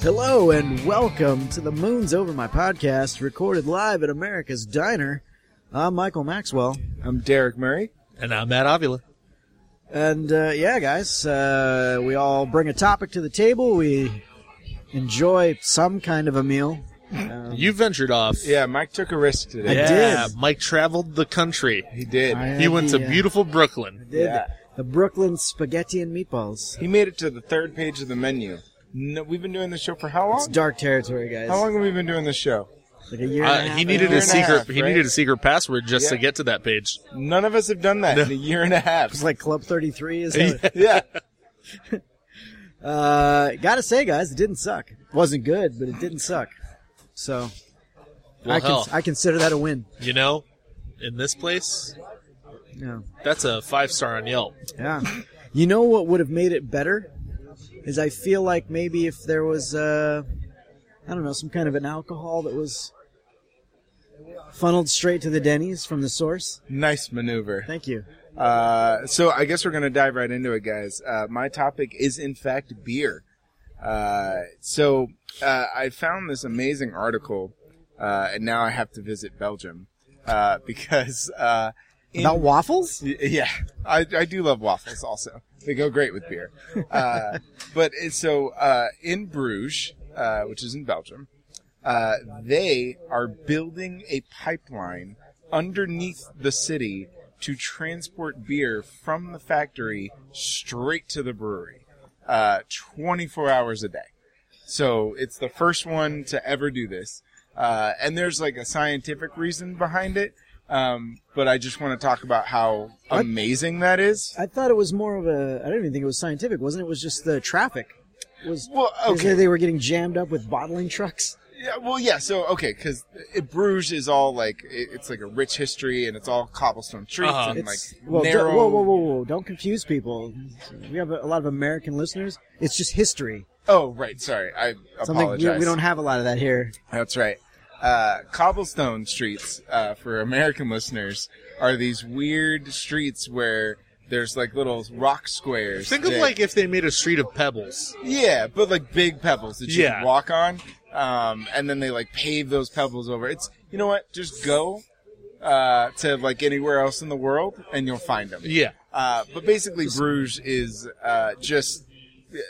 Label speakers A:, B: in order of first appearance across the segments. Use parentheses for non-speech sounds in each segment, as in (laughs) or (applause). A: Hello and welcome to the Moons Over My podcast, recorded live at America's Diner. I'm Michael Maxwell,
B: I'm Derek Murray.
C: And I'm Matt Avila.
A: and uh, yeah, guys, uh, we all bring a topic to the table. We enjoy some kind of a meal.
C: you ventured off.
B: Yeah, Mike took a risk today.
A: I
C: Yeah,
A: did.
C: Mike traveled the country.
B: He did.
A: I-
C: He went to
A: Yeah.
C: beautiful Brooklyn.
A: Did
B: Yeah.
A: the Brooklyn spaghetti and meatballs?
B: He made it to the third page of the menu. No, we've been doing this show for how
A: It's
B: long?
A: dark territory, guys.
B: How long have we been doing this show?
A: Like a year. and a
C: Uh,
A: half,
C: he needed
B: and
C: a
B: a
C: secret.
B: half,
C: he
B: right?
C: needed a secret password just to
B: Yeah.
C: get to that page.
B: None of us have done that in a year and a half.
A: It's
C: (laughs)
A: like Club 33. Is that what-
B: yeah.
A: uh, gotta say, guys, it didn't suck. It wasn't good, but it didn't suck. So
C: Well,
A: I can
C: hell,
A: I consider that a win.
C: you know, in this place,
A: Yeah.
C: that's a five star on Yelp.
A: Yeah. You know what would have made it better is I feel like maybe if there was uh I don't know some kind of an alcohol that was funneled straight to the Denny's from the source.
B: Nice maneuver.
A: Thank you.
B: Uh, so I guess we're going to dive right into it, guys. Uh, my topic is, in fact, beer. Uh, so uh, I found this amazing article, uh, and now I have to visit Belgium uh, (laughs) because uh, in-
A: About waffles?
B: Y- Yeah, I, I do love waffles. Also, they go great with beer. Uh, (laughs) but it- so uh, in Bruges, uh, which is in Belgium, uh, they are building a pipeline underneath the city to transport beer from the factory straight to the brewery, uh, 24 hours a day. So it's the first one to ever do this. Uh, and there's like a scientific reason behind it. Um, but I just want to talk about how amazing that is.
A: I thought it was more of a I don't even think it was scientific, wasn't it? It was just the traffic. It was
B: Well,
A: they said
B: okay.
A: they were getting jammed up with bottling trucks.
B: Yeah, well, yeah. So, okay, because Bruges is all like it, it's like a rich history, and it's all cobblestone streets
C: Uh-huh.
B: and like
A: It's well, don't-
B: narrow.
A: whoa, whoa, whoa, whoa! Don't confuse people. We have a, a lot of American listeners. It's just history.
B: Oh, right. Sorry, I
A: Something we,
B: apologize.
A: we don't have a lot of that here.
B: (laughs) That's right. Uh, cobblestone streets uh, for American listeners are these weird streets where there's like little rock squares.
C: Think of
B: that-
C: like if they made a street of pebbles.
B: Yeah, but like big pebbles that you
C: Yeah.
B: can walk on. Um, and then they like pave those pebbles over. It's, you know what? Just go, uh, to like anywhere else in the world and you'll find them.
C: Yeah.
B: Uh, but basically Bruges is, uh, just,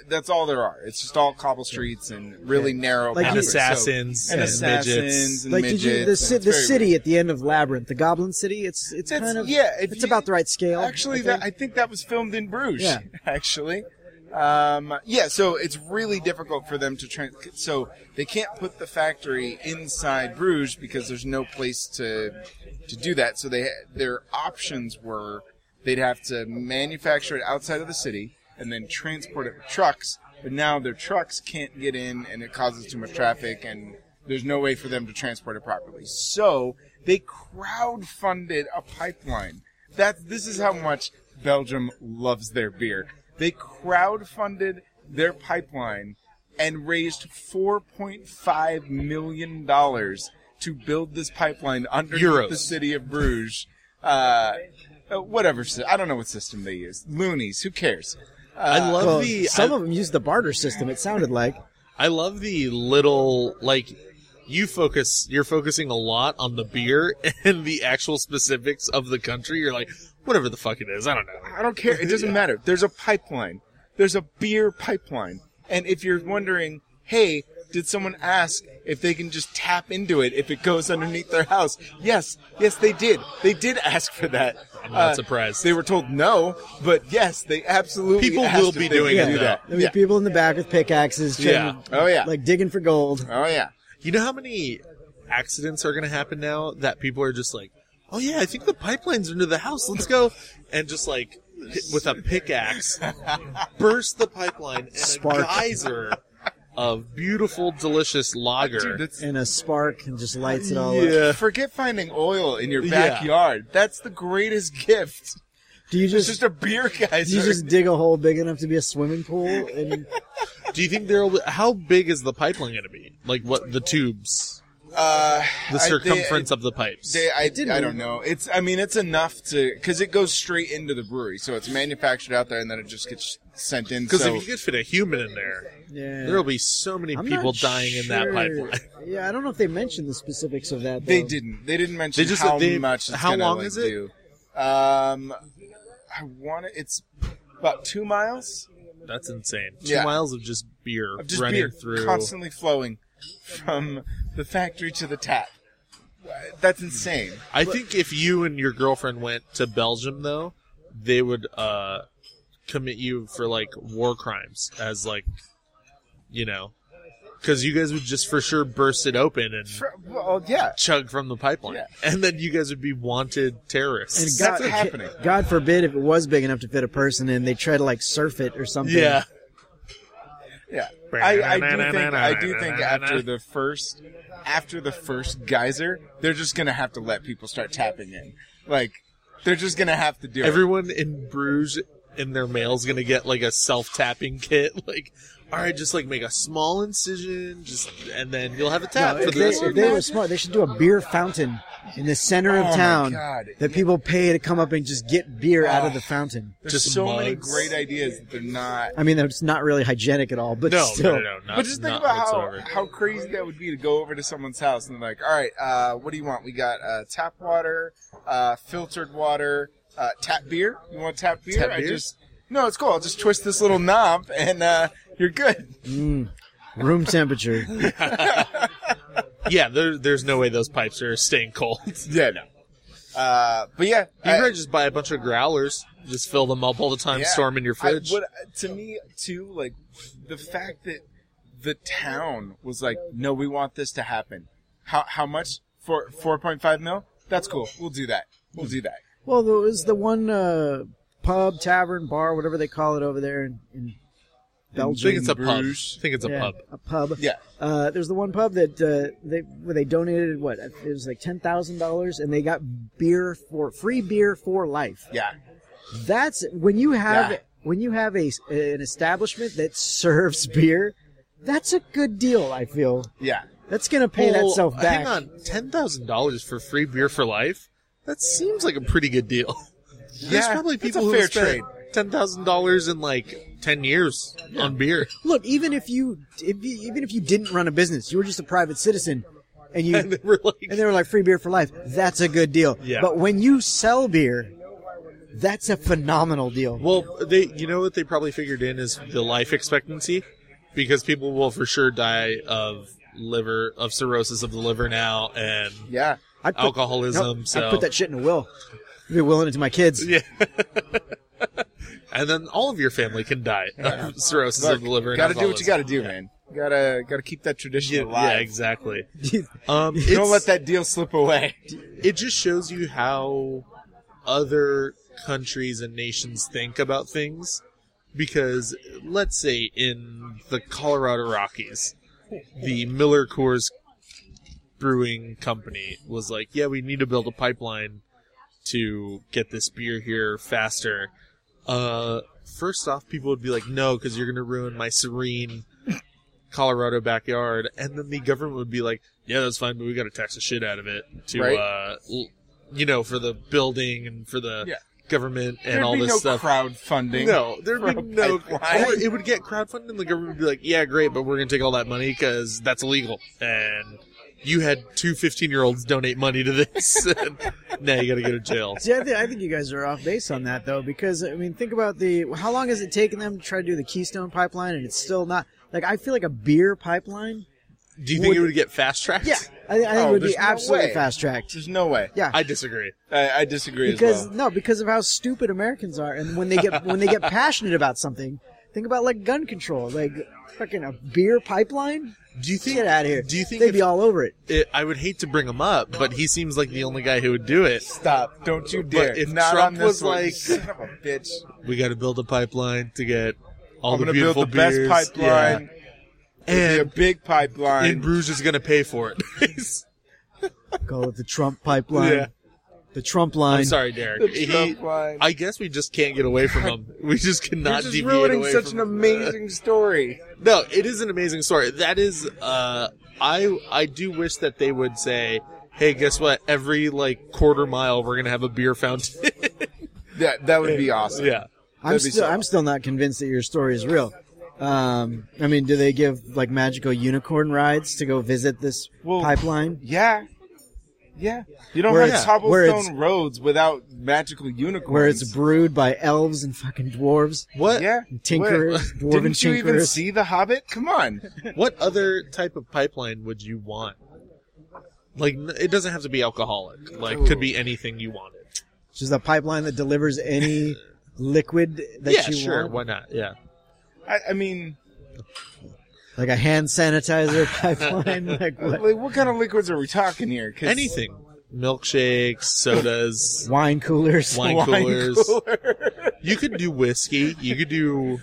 B: that's all there are. It's just all cobble streets and really narrow.
A: Like
C: And
A: you-
B: paths. So-
C: assassins
B: and
C: and,
B: assassins
C: midgets.
B: and
A: like
B: midgets.
A: did you the,
B: and
A: ci-
B: it's
A: the
B: very
A: city
B: weird.
A: at the end of labyrinth the goblin city it's it's,
B: It's-
A: kind of
B: yeah, if
A: it's
B: you-
A: about the right scale
B: Actually,
A: I
B: that,
A: think.
B: I think that was filmed in Bruges.
A: Yeah.
B: (laughs) Actually, um, yeah. So it's really difficult for them to trans. So they can't put the factory inside Bruges because there's no place to to do that. So they their options were they'd have to manufacture it outside of the city and then transport it with trucks. But now their trucks can't get in, and it causes too much traffic and there's no way for them to transport it properly. So they crowdfunded a pipeline. That this is how much Belgium loves their beer. They crowdfunded their pipeline and raised 4.5 million dollars to build this pipeline underneath
C: Euros.
B: the city of Bruges. Uh, uh, whatever, sy- I don't know what system they use. Loonies, who cares?
C: I love
A: Uh, Well,
C: the
A: some
C: I,
A: of them used the barter system it sounded like
C: I love the little like you focus you're focusing a lot on the beer (laughs) and the actual specifics of the country. You're like, whatever the fuck it is, I don't know.
B: I don't care. It
C: (laughs)
B: doesn't matter. There's a pipeline. There's a beer pipeline. And if you're wondering, hey, did someone ask if they can just tap into it if it goes underneath their house? Yes, yes, they did. They did ask for that. Uh,
C: I'm not surprised.
B: They were told no, but yes, they absolutely
C: People
B: asked
C: will
B: if
C: be
B: they could
C: doing it,
B: do
C: though.
B: that.
A: there were
B: Yeah.
A: people in the back with pickaxes trying to-
B: Yeah. Oh, yeah.
A: like digging for gold
B: Oh yeah.
C: You know how many accidents are going to happen now that people are just like, oh yeah, I think the pipeline's under the house. Let's go. And just like hit- with a pickaxe, burst the pipeline and a
A: Spark.
C: geyser of beautiful, delicious lager.
B: Dude, that's
A: and a spark and just lights it all up
C: Yeah.
B: Forget finding oil in your
C: Yeah.
B: backyard. That's the greatest gift.
A: do you
B: It's
A: just,
B: just a beer geyser.
A: do you just dig a hole big enough to be a swimming pool and
B: (laughs)
C: Do you think there'll be, how big is the pipeline going to be? Like what the tubes?
B: Uh,
C: the
B: I- they-
C: circumference of the pipes.
B: They, I,
A: did
B: I
A: move.
B: don't know. It's I mean it's enough to because it goes straight into the brewery, so it's manufactured out there and then it just gets sent in.
C: Because
B: So
C: if you could fit a human in there,
A: Yeah.
C: there'll be so many
A: I'm
C: people
A: not
C: dying in that
A: sure-
C: pipeline. (laughs)
A: Yeah, I don't know if they mentioned the specifics of that.
B: they
A: though.
B: didn't. They didn't mention
C: They just-
B: how
C: they-
B: much. It's
C: how
B: gonna,
C: long
B: like,
C: is it?
B: Do. Um, I want to It's about two miles
C: That's insane. Two
B: Yeah.
C: miles of just beer
B: of just
C: running
B: beer
C: through.
B: constantly flowing from the factory to the tap. Uh, That's insane.
C: I think if you and your girlfriend went to Belgium, though, they would uh, commit you for like war crimes, as like, you know, because you guys would just for sure burst it open and
B: Fr- Well, yeah.
C: chug from the pipeline,
B: Yeah.
C: and then you guys would be wanted
A: And
C: terrorists.
B: got-
A: God,
B: That's happening.
A: God forbid if it was big enough to fit a person and they try to like surf it or something.
C: yeah.
B: Yeah, I, I do think I do think after the first after the first geyser, they're just gonna have to let people start tapping in. Like they're just gonna have to do it.
C: Everyone in Bruges in their mail's gonna get like a self tapping (laughs) kit. Like, all right, just like make a small incision, just and then you'll have a
A: No,
C: tap for
A: if,
C: the
A: they,
C: rest
A: if
C: of
A: they
C: your
A: were smart, they should do a beer fountain in the center of
B: Oh my
A: town
B: God.
A: that people pay to come up and just get beer out
C: Oh.
A: of the fountain.
B: There's
C: just
B: so many
C: mugs.
B: great ideas that they're not.
A: I mean, that's not really hygienic at all, but
C: No,
A: still.
C: no, no, no, not,
B: but just think
C: not
B: about
C: whatsoever.
B: how, how crazy that would be to go over to someone's house and like, all right, uh, what do you want? We got uh, tap water, uh, filtered water, uh, tap beer. You want tap beer?
C: Tap
B: I
C: beer?
B: just no, it's cool. I'll just twist this little knob and uh, you're good.
A: Room temperature.
C: yeah, there, there's no way those pipes are staying cold. (laughs) You
B: Yeah, no. Uh, but yeah, I-
C: can probably just buy a bunch of growlers, just fill them up all the time,
B: Yeah.
C: store them in your
B: I-
C: fridge.
B: what, to me, too, like the fact that the town was like, "No, we want this to happen." How how much? Four four point five mil? That's cool. We'll do that. We'll do that.
A: well, there was the one uh, pub, tavern, bar, whatever they call it over there in, in
C: I
A: Belgium.
C: think it's a pub.
B: Bruges.
C: I think it's a
A: Yeah,
C: pub.
A: A pub.
B: Yeah.
A: Uh, there's the one pub that uh, they where they donated what it was like ten thousand dollars, and they got beer for free beer for life.
B: Yeah.
A: That's when you have
B: Yeah.
A: when you have a an establishment that serves beer. That's a good deal. I feel
B: Yeah.
A: that's gonna pay
C: Well,
A: thatself back.
C: Hang on, ten thousand dollars for free beer for life? That seems like a pretty good deal. (laughs) There's
B: Yeah,
C: probably
B: that's
C: people
B: a
C: who
B: fair
C: have spent ten thousand dollars in like ten years on beer. (laughs)
A: Look, even if you, if you even if you didn't run a business, you were just a private citizen, and you
C: And they were like,
A: and they were like free beer for life. That's a good deal.
C: Yeah.
A: But when you sell beer, that's a phenomenal deal.
C: well, they, you know what they probably figured in is the life expectancy, because people will for sure die of liver of cirrhosis of the liver now and
B: Yeah.
A: I put,
C: alcoholism.
A: Nope,
C: so
A: I put that shit in a will. I'd be willing it to my kids.
C: yeah. And then all of your family can die of (laughs) cirrhosis
B: Look,
C: of the liver. and
B: gotta do what you
C: alcoholism.
B: gotta do, man. Gotta gotta keep that tradition
C: Yeah,
B: alive.
C: yeah, exactly.
B: (laughs)
C: Um,
B: Don't
C: it's-
B: let that deal slip away.
C: it just shows you how other countries and nations think about things because let's say in the Colorado Rockies the Miller Coors brewing company was like yeah we need to build a pipeline to get this beer here faster uh first off people would be like no cuz you're going to ruin my serene Colorado backyard and then the government would be like yeah that's fine but we got to tax the shit out of it to
B: Right.
C: uh l- you know, for the building and for the
B: Yeah.
C: government (laughs) and
B: There'd
C: all
B: be
C: this
B: no
C: stuff.
B: crowdfunding.
C: no, there'd
B: for
C: be
B: a
C: no.
B: pipeline.
C: Or it would get crowdfunded, and the government would be like, "Yeah, great, but we're gonna take all that money because that's illegal." And you had two 15 year olds donate money to this, (laughs) and now you gotta go to jail.
A: See, I, thi- I think you guys are off base on that though, because I mean, think about the how long has it taken them to try to do the Keystone pipeline, and it's still not like I feel like a beer pipeline.
C: Do you think it would get fast tracked?
A: Yeah, I, I think
B: Oh,
A: it would be
B: there's no
A: absolutely
B: way.
A: fast tracked.
B: There's no way.
A: Yeah,
C: I disagree.
B: I, I disagree as
A: because
B: well.
A: no, because of how stupid Americans are, and when they get when they
C: (laughs)
A: get passionate about something, think about like gun control, like fucking a beer pipeline.
C: Do you think?
A: Get out of here!
C: Do you think
A: they'd
C: if-
A: be all over it?
C: It, I would hate to bring him up, but he seems like the only guy who would do it.
B: Stop! Don't you dare!
C: if
B: Not
C: Trump
B: on this
C: was
B: one, you
C: like-
B: son of a bitch.
C: We got to build a pipeline to get all
B: I'm
C: the
B: gonna build
C: beautiful
B: the best
C: beers.
B: pipeline.
C: Yeah.
B: It'll
C: and
B: be a big pipeline.
C: (laughs) and Bruges is going to pay for it. (laughs)
A: Call it the Trump pipeline.
C: Yeah.
A: The Trump line.
C: I'm sorry, Derek.
B: The
C: He-
B: Trump line.
C: I guess we just can't get away from him. (laughs) We just
B: You're
C: cannot
B: just
C: deviate
B: ruining
C: away
B: such an
C: from uh, him. Uh,
B: amazing story.
C: No, it is an amazing story. That is, uh, I I do wish that they would say, "Hey, guess what? Every like quarter mile, we're gonna have a beer fountain." (laughs)
B: That that would be awesome.
C: yeah,
A: I'm
B: That'd be
A: still,
B: so-
A: I'm still not convinced that your story is real. Um, I mean, do they give like magical unicorn rides to go visit this
B: Well,
A: pipeline?
B: Yeah. Yeah. You don't
A: Where
B: have
A: it's- where it's-
B: cobblestone roads without magical unicorns.
A: Where it's brewed by elves and fucking dwarves,
C: What?
B: yeah.
A: tinkerers,
B: (laughs) Where-
A: dwarven
B: Didn't you even
A: tinkerers.
B: see The Hobbit? Come on.
C: What other type of pipeline would you want? Like, n- it doesn't have to be alcoholic. Like, could be anything you wanted.
A: which is a pipeline that delivers any liquid that
C: yeah,
A: you
C: sure.
A: want,
C: Why not? Yeah.
B: I, I mean,
A: like a hand sanitizer (laughs) pipeline. like
B: (laughs)
A: what?
B: like, what kind of liquids are we talking here? 'Cause (laughs)
C: Anything. Milkshakes, sodas.
A: Wine coolers.
C: Wine
B: wine
C: coolers.
B: cooler.
C: You could do whiskey. You could do.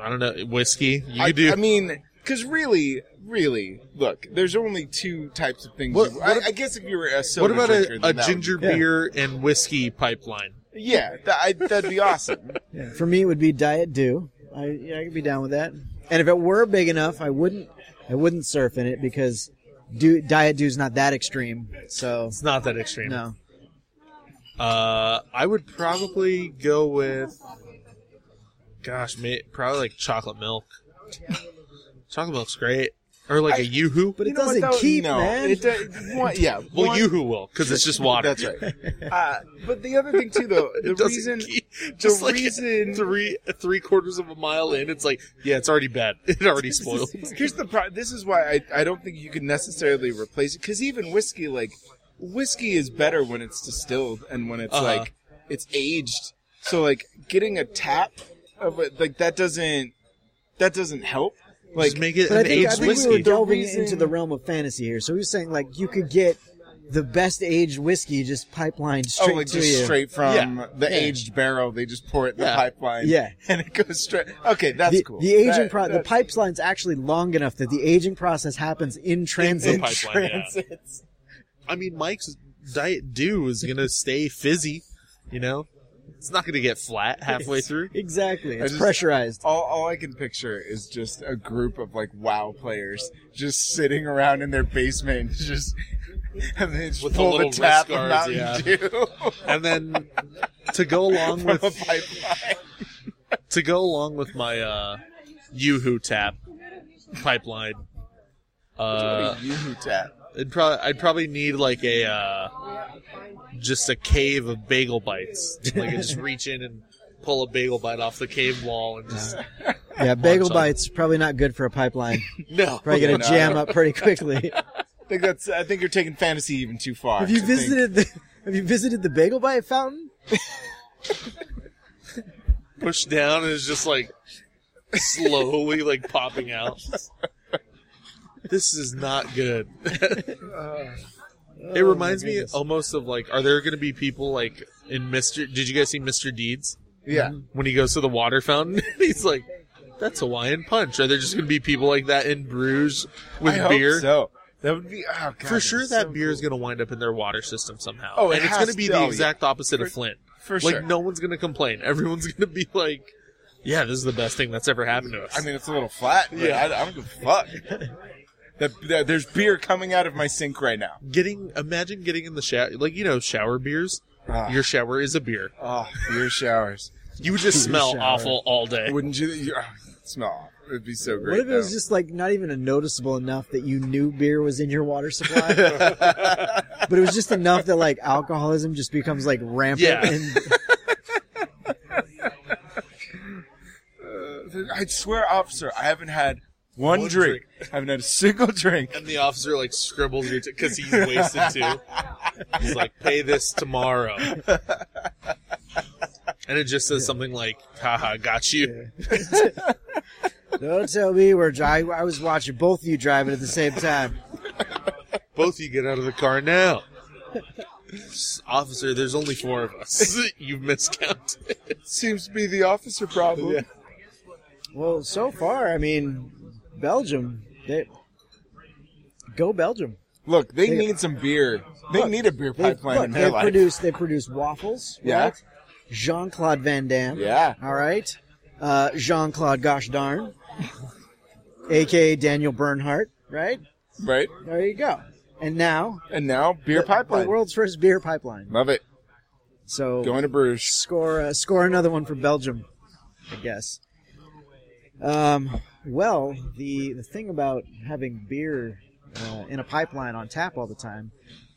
C: I don't know whiskey. You
B: I,
C: could do.
B: I mean, because really, really, look, there's only two types of things.
C: What-
B: you-
C: what
B: I, I guess if you were a soda
C: what about
B: drinker,
C: a, a
B: then that would-
C: ginger
A: Yeah.
C: beer and whiskey pipeline?
B: yeah, that, I, that'd
A: (laughs)
B: be awesome.
A: Yeah, For me, it would be Diet Dew. I yeah, I could be down with that. And if it were big enough, I wouldn't I wouldn't surf in it because do, Diet Dew's not that extreme. So
C: It's not that extreme.
A: no,
C: Uh, I would probably go with, gosh, mate, probably like chocolate milk. chocolate milk's great, or like a
B: I-
C: YooHoo.
A: but
B: You
A: it
B: know what,
A: doesn't
B: though?
A: keep,
B: no,
A: man.
B: It, do- it- one- yeah,
C: Well,
B: one-
C: YooHoo will because it's just water.
B: That's right. Uh, but the other thing too, though, the
C: (laughs) It doesn't
B: reason
C: keep- (laughs) just like
B: reason-
C: three three quarters of a mile in, it's like yeah, it's already bad. (laughs) It already spoiled.
B: Here's the pro- this is why I, I don't think you can necessarily replace it because even whiskey like whiskey is better when it's distilled and when it's
C: Uh-huh.
B: like it's aged. So like getting a tap of it like that doesn't that doesn't help. Like
C: Just make it
A: But I
C: an
A: think, I
C: aged
A: think
C: whiskey.
A: we were delving
B: The reason-
A: into the realm of fantasy here. So he was saying like you could get the best aged whiskey just pipelined
B: oh
A: straight
B: like
A: to
B: just
A: you.
B: straight from
C: Yeah.
B: the
A: Yeah.
B: aged barrel they just pour it in the
C: Yeah.
B: pipeline
A: Yeah.
B: (laughs) and it goes straight. Okay, that's
A: the,
B: cool.
A: the aging
B: That-
A: pro- the
B: that-
A: pipeline's actually long enough that the aging process happens in transit.
B: (laughs)
C: pipeline, yeah. I mean, Mike's diet dew is gonna stay fizzy. You know, it's not gonna get flat halfway through.
A: (laughs) exactly, it's
B: just-
A: pressurized.
B: All, all I can picture is just a group of like WoW players just sitting around in their basement, (laughs) just and they just
C: With the
B: pull the,
C: little
B: tap
C: wrist
B: of
C: guards,
B: Mountain
C: yeah.
B: Dew (laughs)
C: and then to go along
B: from a
C: with
B: pipeline.
C: to go along with my uh yoo-hoo tap pipeline uh
B: What a Yoo-hoo tap.
C: I'd, prob- I'd probably need like a uh just a cave of bagel bites like I just reach in and pull a bagel bite off the cave wall and just
A: Yeah, bagel
C: on.
A: bites probably not good for a pipeline.
C: no
A: Probably gonna
B: (laughs) No.
A: jam up pretty quickly.
B: I think (laughs) that's. I think you're taking fantasy even too far.
A: have you
B: I think-
A: visited the Have you visited the bagel bite fountain?
C: push down and it's just like slowly like popping out this is not
B: (laughs)
C: good it
B: Oh,
C: reminds me almost of like are there gonna be people like in mr did you guys see mr deeds
B: Yeah.
C: when he goes to the water fountain (laughs) he's like that's hawaiian punch are there just gonna be people like that in bruges with
B: I hope
C: beer
B: So that would be oh, God,
C: for sure
B: it's
C: that
B: so
C: beer is
B: cool.
C: gonna wind up in their water system somehow
B: Oh, it
C: and it's
B: has
C: gonna be
B: to-
C: the
B: oh, yeah.
C: exact opposite of flint
B: for
C: like
B: sure.
C: no one's gonna complain everyone's (laughs) gonna be like yeah this is the best thing that's ever happened to us
B: I mean, it's a little flat. But
C: Yeah.
B: yeah. I, I don't give a
C: (laughs)
B: fuck. that, that, there's beer coming out of my sink right now.
C: getting imagine getting in the shower like you know shower beers
B: Ah.
C: your shower is a beer
B: Oh, beer showers.
C: you would just smell
A: shower.
C: awful all day
B: Wouldn't you? you oh, smell. It'd be so great.
A: What if it was
B: though.
A: just like not even a noticeable enough that you knew beer was in your water
B: (laughs)
A: supply, but it was just enough that like alcoholism just becomes like rampant.
C: Yeah.
A: And
B: uh, I swear, officer, I haven't had one, drink. I haven't had a single drink.
C: and the officer like scribbles your because he's wasted too he's like pay this tomorrow and it just says something like haha got you
A: (laughs) don't tell me we're driving. I was watching both of you driving at the same time.
C: both of you get out of the car now officer there's only four of us (laughs) you've miscounted
B: Seems to be the officer (laughs) problem.
C: Yeah.
A: Well, so far, I mean, Belgium. They, go Belgium.
B: Look, they,
A: They-
B: need some beer. They need a beer
A: They,
B: pipeline
A: look,
B: in their
A: they
B: life.
A: produce they produce waffles.
B: (laughs) Yeah.
A: Right? Jean Claude Van Damme.
B: Yeah.
A: All right. Uh, Jean Claude Gosh Darn, (laughs) aka Daniel Bernhardt. Right.
B: right?
A: There you go. And now
B: And now beer pipeline.
A: the world's first beer pipeline.
B: Love it.
A: So
B: Going to Bruges.
A: score uh, score another one for Belgium, I guess. Um, well, the the thing about having beer uh, in a pipeline on tap all the time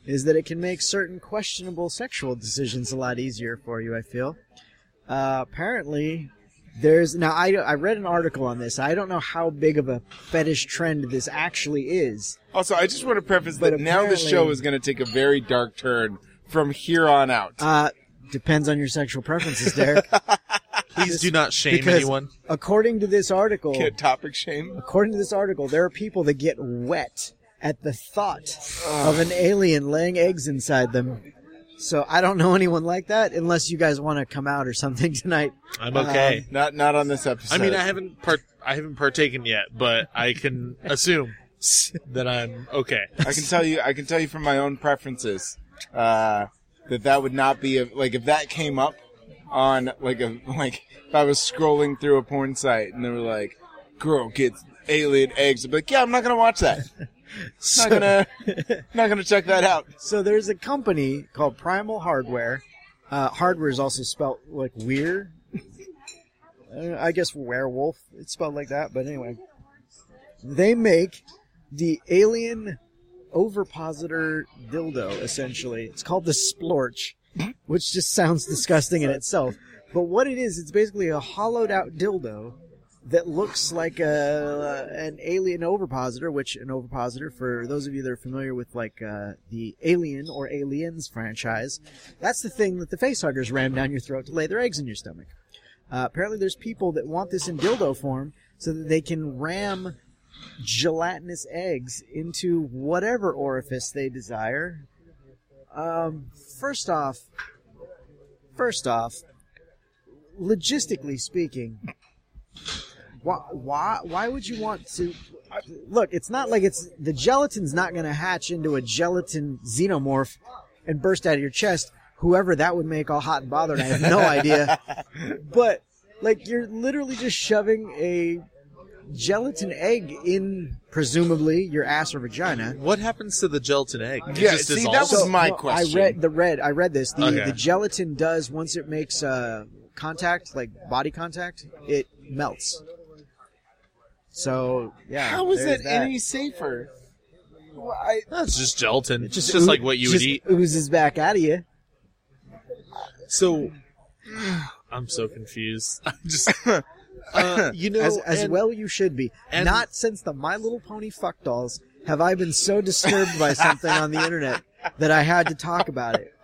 A: is that it can make certain questionable sexual decisions a lot easier for you. I feel. Uh, apparently, there's now I I read an article on this. I don't know how big of a fetish trend this actually is.
B: Also, I just want to preface
A: But
B: that now this
A: apparently-
B: show is going to take a very dark turn from here on out.
A: Uh, depends on your sexual preferences, Derek.
C: (laughs) Please do not shame
A: because-
C: anyone.
A: According to this article,
B: Get topic shame.
A: According to this article, there are people that get wet at the thought of an alien laying eggs inside them. So I don't know anyone like that unless you guys want to come out or something tonight.
C: I'm okay.
B: Um, Not not on this episode.
C: I mean, I haven't part I haven't partaken yet, but
B: (laughs)
C: I can assume that I'm okay.
B: I can tell you, I can tell you from my own preferences uh, that that would not be a, like if that came up on like a (laughs) like if I was scrolling through a porn site and they were like, "Girl gets alien eggs," I'd be like, "Yeah, I'm not gonna watch (laughs) that.
A: So,
B: Not gonna, (laughs) not gonna check that out."
A: so there's a company called Primal Hardware. Uh, hardware is also spelt like weird. Uh, I guess werewolf. It's spelled like that, but anyway. They make the alien overpositor dildo, essentially. It's called the splorch, which just sounds disgusting in itself. But what it is, it's basically a hollowed out dildo that looks like a an alien overpositor, which an overpositor, for those of you that are familiar with like uh, the Alien or Aliens franchise, that's the thing that the facehuggers ram down your throat to lay their eggs in your stomach. Uh, apparently, there's people that want this in dildo form so that they can ram gelatinous eggs into whatever orifice they desire. Um, first off, first off, logistically speaking, why, why, why would you want to? uh, Look, it's not like it's the gelatin's not going to hatch into a gelatin xenomorph and burst out of your chest. Whoever that would make all hot and bothered, I have no idea. But like, you're literally just shoving a gelatin egg in presumably your ass or vagina.
C: What happens to the gelatin egg? It
B: Yeah,
C: just
B: see, that
C: dissolves?
B: was- my
A: no,
B: question.
A: I read the red. I read this. The
C: Okay.
A: the gelatin does once it makes uh, contact, like body contact, it melts. So yeah,
B: How is
A: there's
B: it
A: that.
B: any safer? Well, I,
C: That's just gelatin. It's just,
A: oo-
C: like what you
A: just
C: would eat.
A: Oozes back out of you.
C: So (sighs) I'm so confused. (laughs) I'm
B: (laughs)
C: just uh, you know
A: as as
C: and-
A: well you should be.
C: and-
A: Not since the My Little Pony fuck dolls have I been so disturbed by something on
C: (laughs)
A: the internet that I had to talk about it.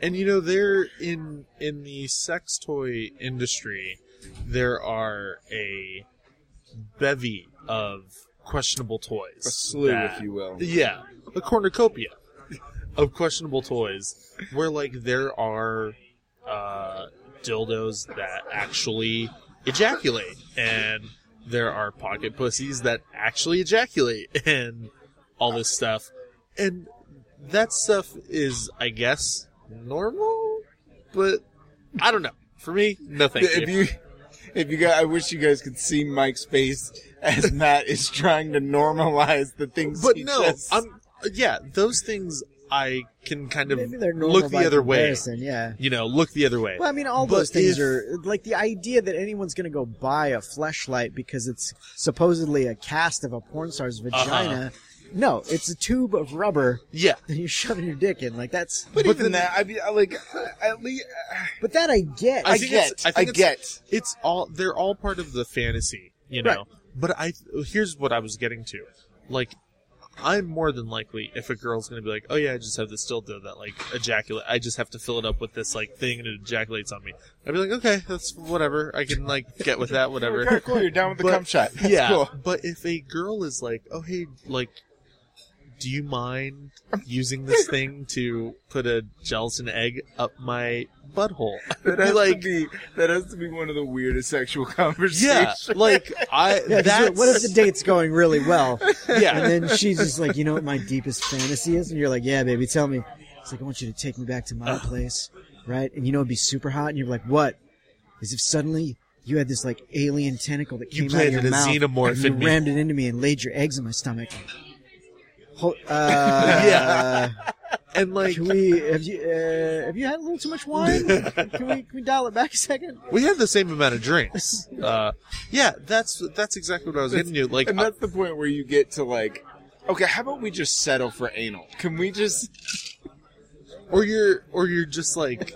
C: And you know, there in in the sex toy industry, there are a bevy of questionable toys.
B: a slew,
C: that-
B: if you will.
C: Yeah, a cornucopia of questionable toys, where like there are uh, dildos that actually ejaculate, and there are pocket pussies that actually ejaculate, (laughs) and all this stuff, and that stuff is, I guess, normal, but I don't know. For me, nothing.
B: if you if you guys, I wish you guys could see Mike's face (laughs) as Matt is trying to normalize the things.
C: (laughs) but
B: he
C: no,
B: says.
C: I'm yeah. Those things I can kind of
A: Maybe they're normal
C: look the
A: by
C: other way.
A: comparison, Yeah.
C: you know, look the other way.
A: Well, I mean, all
C: But
A: those things
C: if-
A: are like the idea that anyone's going to go buy a fleshlight because it's supposedly a cast of a porn star's
B: Uh-huh.
A: vagina. No, it's a tube of rubber (laughs)
C: Yeah.
A: that you're shoving your dick in. Like that's,
B: But, even that, I mean, I like at least
A: but that I get.
B: I,
C: think
B: get,
C: it's-
B: I,
C: I think
B: get.
C: It's all they're all part of the fantasy, you know.
A: Right.
C: But I here's what I was getting to. Like I'm more than likely if a girl's going to be like, "Oh yeah, I just have this dildo that like ejaculate. I just have to fill it up with this like thing and it ejaculates on me." I'd be like, "Okay, that's whatever. I can like get with that whatever."
B: (laughs) Okay, cool. You're down with the
C: But-
B: cum shot. That's
C: yeah,
B: cool.
C: but if a girl is like, "Oh hey, like do you mind using this thing to put a gelatin egg up my butthole?
B: That
C: I'd
B: has
C: be
B: to
C: like,
B: be that has to be one of the weirdest sexual (laughs) conversations.
C: yeah, like I.
A: Yeah, 'cause
C: that's,
A: what if the date's going really
B: (laughs)
A: well?
C: yeah,
A: And then she's just like, you know what my deepest fantasy is? And you're like, yeah, baby, tell me. It's like, I want you to take me back to my place, right? And you know it'd be super hot. And you're like, what? As if suddenly you had this like alien tentacle that
C: You
A: came out of your
C: planted a
A: mouth.
C: xenomorph
A: and you
C: in me.
A: rammed it into me and laid your eggs in my stomach. Ho- uh,
C: (laughs) Yeah. and like
A: (laughs) Can we? Have you? Uh, have you had a little too much
C: (laughs)
A: wine? Can we? Can we dial it back a second?
C: we had the same amount of drinks. Uh, yeah, that's that's exactly what I was getting to. Like,
B: and that's the point where you get to like, okay, how about we just settle for anal? Can we just?
C: or you're or you're just like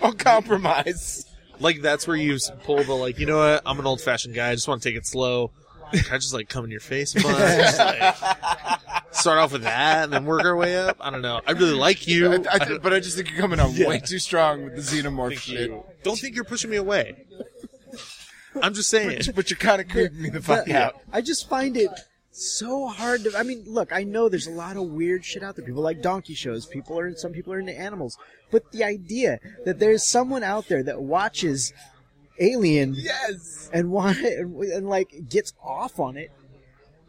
B: I'll compromise.
C: like that's where you s- pull the like you know what I'm an old fashioned guy I just want to take it slow. Can I just like come in your face a bunch? Just, like, start off with that and then work our way up. I don't know. I really like you.
B: I, I, but I just think you're coming on way too strong with the xenomorph
C: Thank
B: shit.
C: you. Don't think you're pushing me away. I'm just saying.
B: But you're kind of creeping me the fuck
A: Yeah.
B: out.
A: I just find it so hard to. I mean, look, I know there's a lot of weird shit out there. People like donkey shows. People are. Some people are into animals. But the idea that there's someone out there that watches Alien
B: Yes.
A: and want it and, and like gets off on it,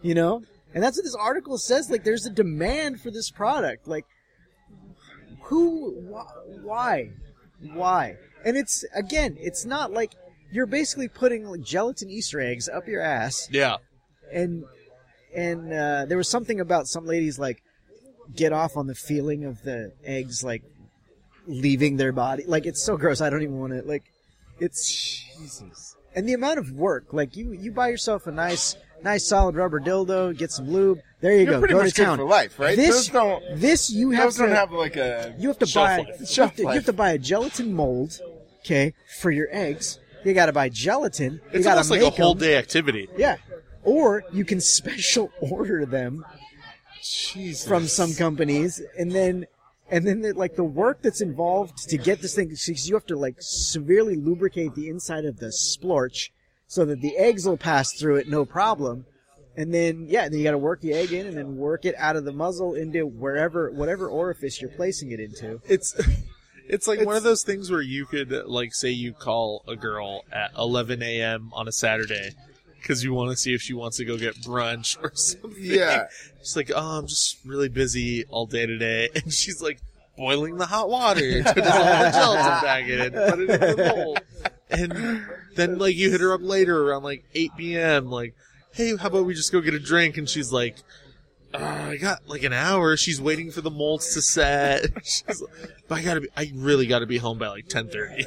A: you know. And that's what this article says. Like, there's a demand for this product. Like, who, wh- why, why? And it's again, it's not like you're basically putting like, gelatin Easter eggs up your ass.
C: Yeah.
A: And and uh, there was something about some ladies like get off on the feeling of the eggs like leaving their body. Like, it's so gross. I don't even want to like. It's
B: Jesus.
A: and the amount of work like you you buy yourself a nice nice solid rubber dildo get some lube there you
B: You're
A: go
B: pretty
A: go
B: much
A: to
B: good
A: town
B: for life, right?
A: this
B: Those don't-
A: this you have
B: Those
A: to
B: don't have like a.
A: you have to
C: Shelf
A: buy
C: life.
A: you have
B: Shelf
A: to- you
B: life.
A: have to buy a gelatin mold okay for your eggs you got to buy gelatin you
C: It's
A: got
C: almost
A: to
C: like
A: make
C: a whole
A: 'em.
C: day activity.
A: yeah or you can special (laughs) order them
B: Jesus.
A: from some companies, and then and then the, like the work that's involved to get this thing, because you have to like severely lubricate the inside of the splorch so that the eggs will pass through it no problem. And then yeah, then you got to work the egg in, and then work it out of the muzzle into wherever whatever orifice you're placing it into.
C: It's (laughs) it's like one of those things where you could like say you call a girl at 11 a.m. on a Saturday because you want to see if she wants to go get brunch or (laughs) something.
B: Yeah.
C: She's like, oh, I'm just really busy all day today, (laughs) and she's like boiling the hot water to dissolve the gelatin back in and put it in the bowl. And then like you hit her up later around like 8 p.m. Like, hey, how about we just go get a drink? And she's like. Uh, I got like an hour. She's waiting for the molds to set. (laughs) She's like, but I gotta be. I really gotta be home by like ten thirty.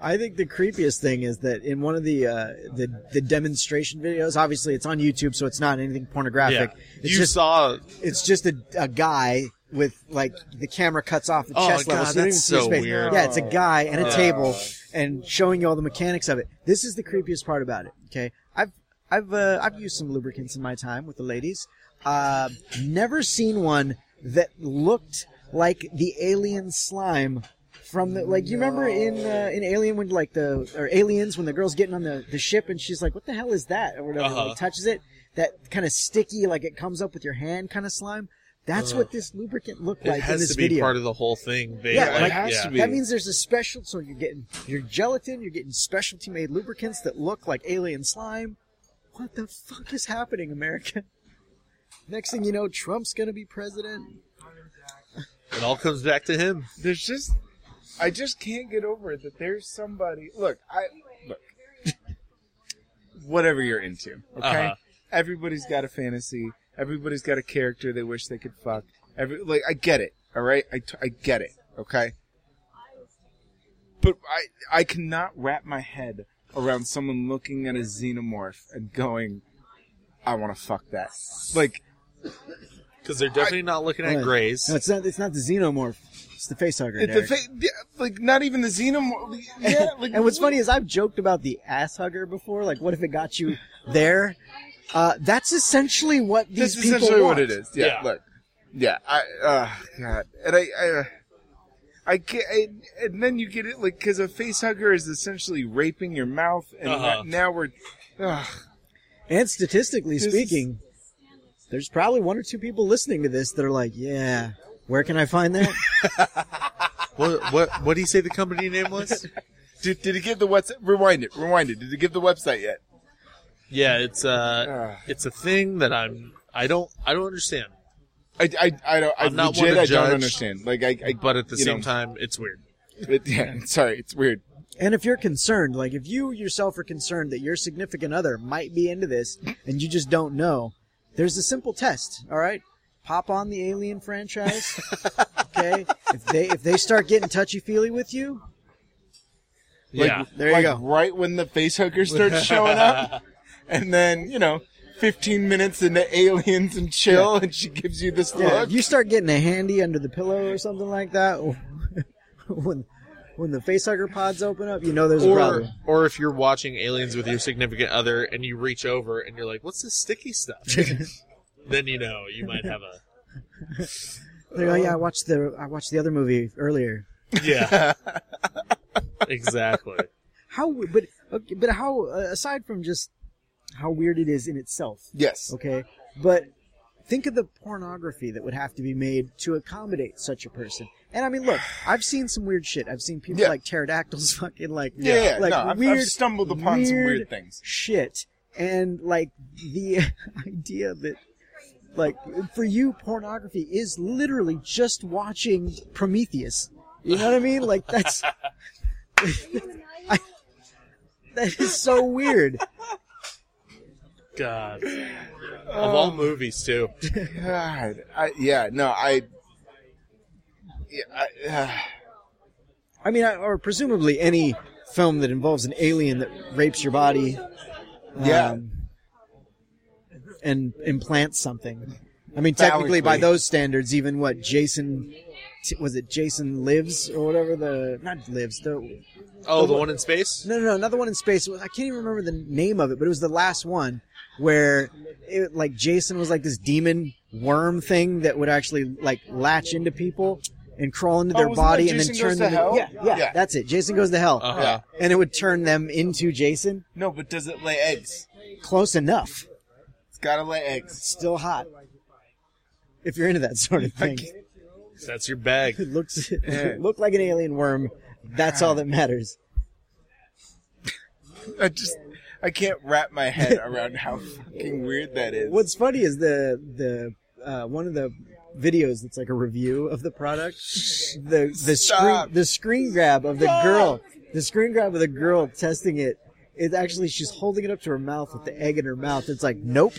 A: I think the creepiest thing is that in one of the uh, the the demonstration videos, obviously it's on YouTube, so it's not anything pornographic. It's
C: you
A: just
C: saw.
A: it's just a, a guy with like the camera cuts off the
C: Oh,
A: chest level.
C: God,
A: so you don't
C: that's
A: even see
C: so
A: space.
C: weird.
A: Yeah, it's a guy and a
C: Yeah.
A: table and showing you all the mechanics of it. This is the creepiest part about it. Okay, I've I've uh, I've used some lubricants in my time with the ladies. Uh, never seen one that looked like the alien slime from the like you remember in uh, in Alien when like the or Aliens when the girl's getting on the, the ship and she's like, What the hell is that? or whatever,
C: Uh-huh.
A: like touches it, that kind of sticky, like it comes up with your hand kind of slime. That's what this lubricant looked
C: Uh-huh. It
A: like in
C: has
A: this
C: to be
A: video.
C: part of the whole thing. They,
A: Yeah,
C: like,
A: it
B: has
C: yeah.
B: to be.
A: that means there's a special so you're getting your gelatin, you're getting specialty made lubricants that look like alien slime. What the fuck is happening, America? (laughs) Next thing you know, Trump's gonna be president.
C: It all comes back to him.
B: There's just. I just can't get over it that there's somebody. Look, I look. (laughs) Whatever you're into, okay.
C: Uh-huh.
B: Everybody's got a fantasy. Everybody's got a character they wish they could fuck. Every like, I get it. All right, I, t- I get it. Okay. But I I cannot wrap my head around someone looking at a xenomorph and going, I want to fuck that. Like
C: Because they're definitely not looking at
A: Right.
C: Grays.
A: No, it's not. It's not the xenomorph. It's the facehugger.
B: it's a
A: Derek.
B: fa- yeah, like not even the xenomorph.
A: (laughs)
B: Yeah, like,
A: and what's
B: what-
A: funny is I've joked about the ass hugger before. Like, what if it got you there? Uh, that's essentially what these
B: That's
A: people
B: essentially
A: want.
B: what it is. Yeah,
C: Yeah.
B: look, yeah, I, uh, God, and I, I, uh, I can't, and, and then you get it like because a face hugger is essentially raping your mouth, and
C: Uh-huh.
B: now we're, ugh,
A: And statistically
B: This is-
A: speaking, there's probably one or two people listening to this that are like, yeah, where can I find that?
C: What what what do you say the company name was?
B: Did, did it give the what's rewind it? Rewind it. Did it give the website yet?
C: yeah, it's uh, it's a thing that I'm I don't I don't understand.
B: I, I, I don't. I
C: I'm not one
B: legit.
C: to
B: I
C: judge,
B: don't understand. Like I. I
C: But at the
B: you
C: same
B: know,
C: time, it's weird.
B: it- yeah. (laughs) Sorry, it's weird.
A: and if you're concerned, like if you yourself are concerned that your significant other might be into this and you just don't know, there's a simple test. All right, pop on the Alien franchise. okay, if they if they start getting touchy feely with you,
B: Like,
C: yeah.
A: there you
B: like
A: go.
B: Right when the face hooker starts showing
C: (laughs)
B: up, and then you know, 15 minutes into aliens and chill, and she gives you this
A: Yeah,
B: look.
A: if you start getting a handy under the pillow or something like that, (laughs) or- when when the facehugger pods open up, you know there's a
C: Or,
A: problem.
C: or if you're watching aliens with your significant other and you reach over and you're like, "What's this sticky stuff?" then you know you might have a
A: They go, "Oh, yeah, I watched the I watched the other movie earlier.
C: yeah. exactly.
A: How, w- but okay, but how uh, aside from just how weird it is in itself,
B: (laughs) yes.
A: okay? But think of the pornography that would have to be made to accommodate such a person. And I mean, look, I've seen some weird shit. I've seen people
B: Yeah.
A: like pterodactyls, (laughs) fucking like
B: Yeah. yeah,
A: like
B: no, I've,
A: weird,
B: I've stumbled upon some weird things.
A: shit and like the (laughs) idea that like for you pornography is literally just watching prometheus you know what i mean like that's (laughs) I, that is so weird
C: God. Of all movies too.
B: God. I, yeah. No. I. Yeah. I, uh,
A: i mean I, or presumably any film that involves an alien that rapes your body
B: Yeah.
A: um, and implants something i mean technically by
B: Phallically.
A: those standards even what jason t- was it jason lives or whatever the not lives the
C: Oh, the one in space?
A: No, no, no. Another one in space. I can't even remember the name of it, but it was the last one where, it, like, Jason was like this demon worm thing that would actually like latch into people and crawl into
B: Oh,
A: their
B: wasn't
A: body
B: that
A: and then
B: Jason
A: turn
B: Goes
A: them.
B: to Hell?
A: Yeah, yeah,
B: Yeah.
A: that's it. Jason goes to hell,
C: Uh-huh.
A: and it would turn them into Jason.
B: No, but does it lay eggs?
A: Close enough.
B: It's gotta lay eggs.
A: Still hot. If you're into that sort of thing,
C: That's your bag.
A: it looks (laughs) it looked like an alien worm. That's all that matters.
B: I just I can't wrap my (laughs) head around how fucking weird that is.
A: What's funny is the the uh, one of the videos that's like a review of the product. The the
B: Stop.
A: screen the screen grab of the girl. The screen grab of the girl testing it. It's actually she's holding it up to her mouth with the egg in her mouth. It's like nope,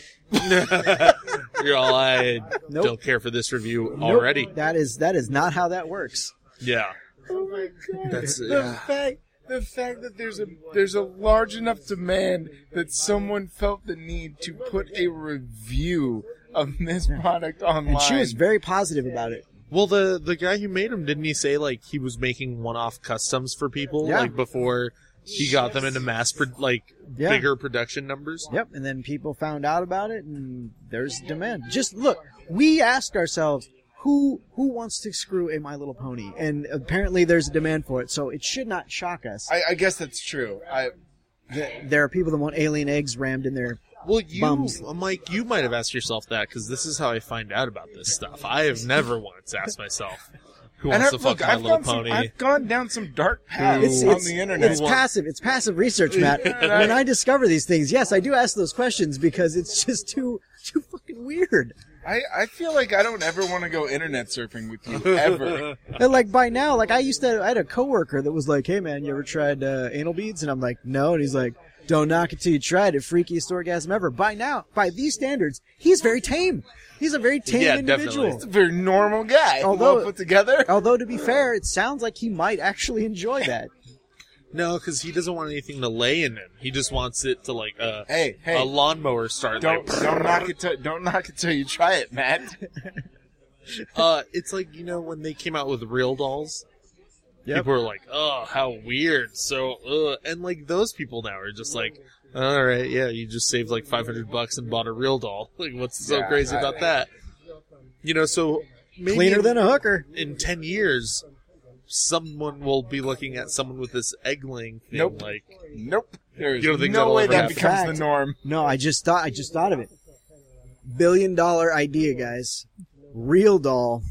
C: You're all I
A: Nope.
C: don't care for this review
A: nope.
C: already.
A: That is that is not how that works.
C: Yeah.
B: Oh my god!
C: That's-
B: the
C: yeah.
B: fact the fact that there's a there's a large enough demand that someone felt the need to put a review of (laughs) this product online.
A: And she was very positive about it.
C: Well, the the guy who made him didn't he say like he was making one off customs for people
A: Yeah.
C: like before he got them into mass pro- like
A: Yeah.
C: bigger production numbers?
A: Yep. And then people found out about it, and there's demand. Just look, we asked ourselves who who wants to screw a My Little Pony, and apparently there's a demand for it. So it should not shock us.
B: I, I guess that's true. I
A: there are people that want alien eggs rammed in there.
C: Well, you uh,
A: Bums.
C: Mike, you might have asked yourself that because this is how I find out about this stuff. I have never once asked myself who
B: and
C: wants
B: I,
C: to
B: look,
C: fuck My
B: I've
C: Little
B: gone, some,
C: Pony. (laughs)
B: I've gone down some dark paths
A: It's,
B: on
A: it's,
B: the internet.
A: it's passive. It's passive research,
B: (laughs)
A: Matt.
B: Yeah.
A: When I discover these things, yes, I do ask those questions because it's just too too fucking weird.
B: I, I feel like I don't ever want to go internet surfing with you
C: (laughs)
B: ever.
A: And like by now, like I used to, I had a coworker that was like, "Hey man, you ever tried uh, anal beads?" And I'm like, "No," and he's like, "Don't knock it till you tried it. Freakiest orgasm ever." By now, by these standards, he's very tame. He's a very tame
C: Yeah,
A: individual.
C: definitely.
B: It's a very normal guy.
A: Although-
B: well
A: (laughs)
B: put together.
A: Although to be fair, it sounds like he might actually enjoy that.
C: no, because he doesn't want anything to lay in him. He just wants it to like uh,
B: Hey, hey.
C: a lawnmower start.
B: Don't
C: (laughs) like,
B: don't knock it till don't knock it till you try it, Matt.
C: Uh, (laughs) it's like you know when they came out with real dolls.
A: Yep.
C: People were like, "Oh, how weird!" So, uh, and like those people now are just like, "All right, yeah, you just saved like five hundred bucks and bought a real doll. (laughs) Like, what's so
B: Yeah,
C: crazy
B: I-
C: about that?" You know, so maybe
A: Cleaner
C: in,
A: than a hooker.
C: in ten years, someone will be looking at someone with this egg laying thing.
B: Nope.
C: Like,
B: Nope. There's
C: You don't think
B: no
C: that'll
B: way
C: ever
B: that
C: happen?
B: becomes
A: Fact.
B: the norm.
A: No, I just thought I just thought of it. billion dollar idea, guys. Real doll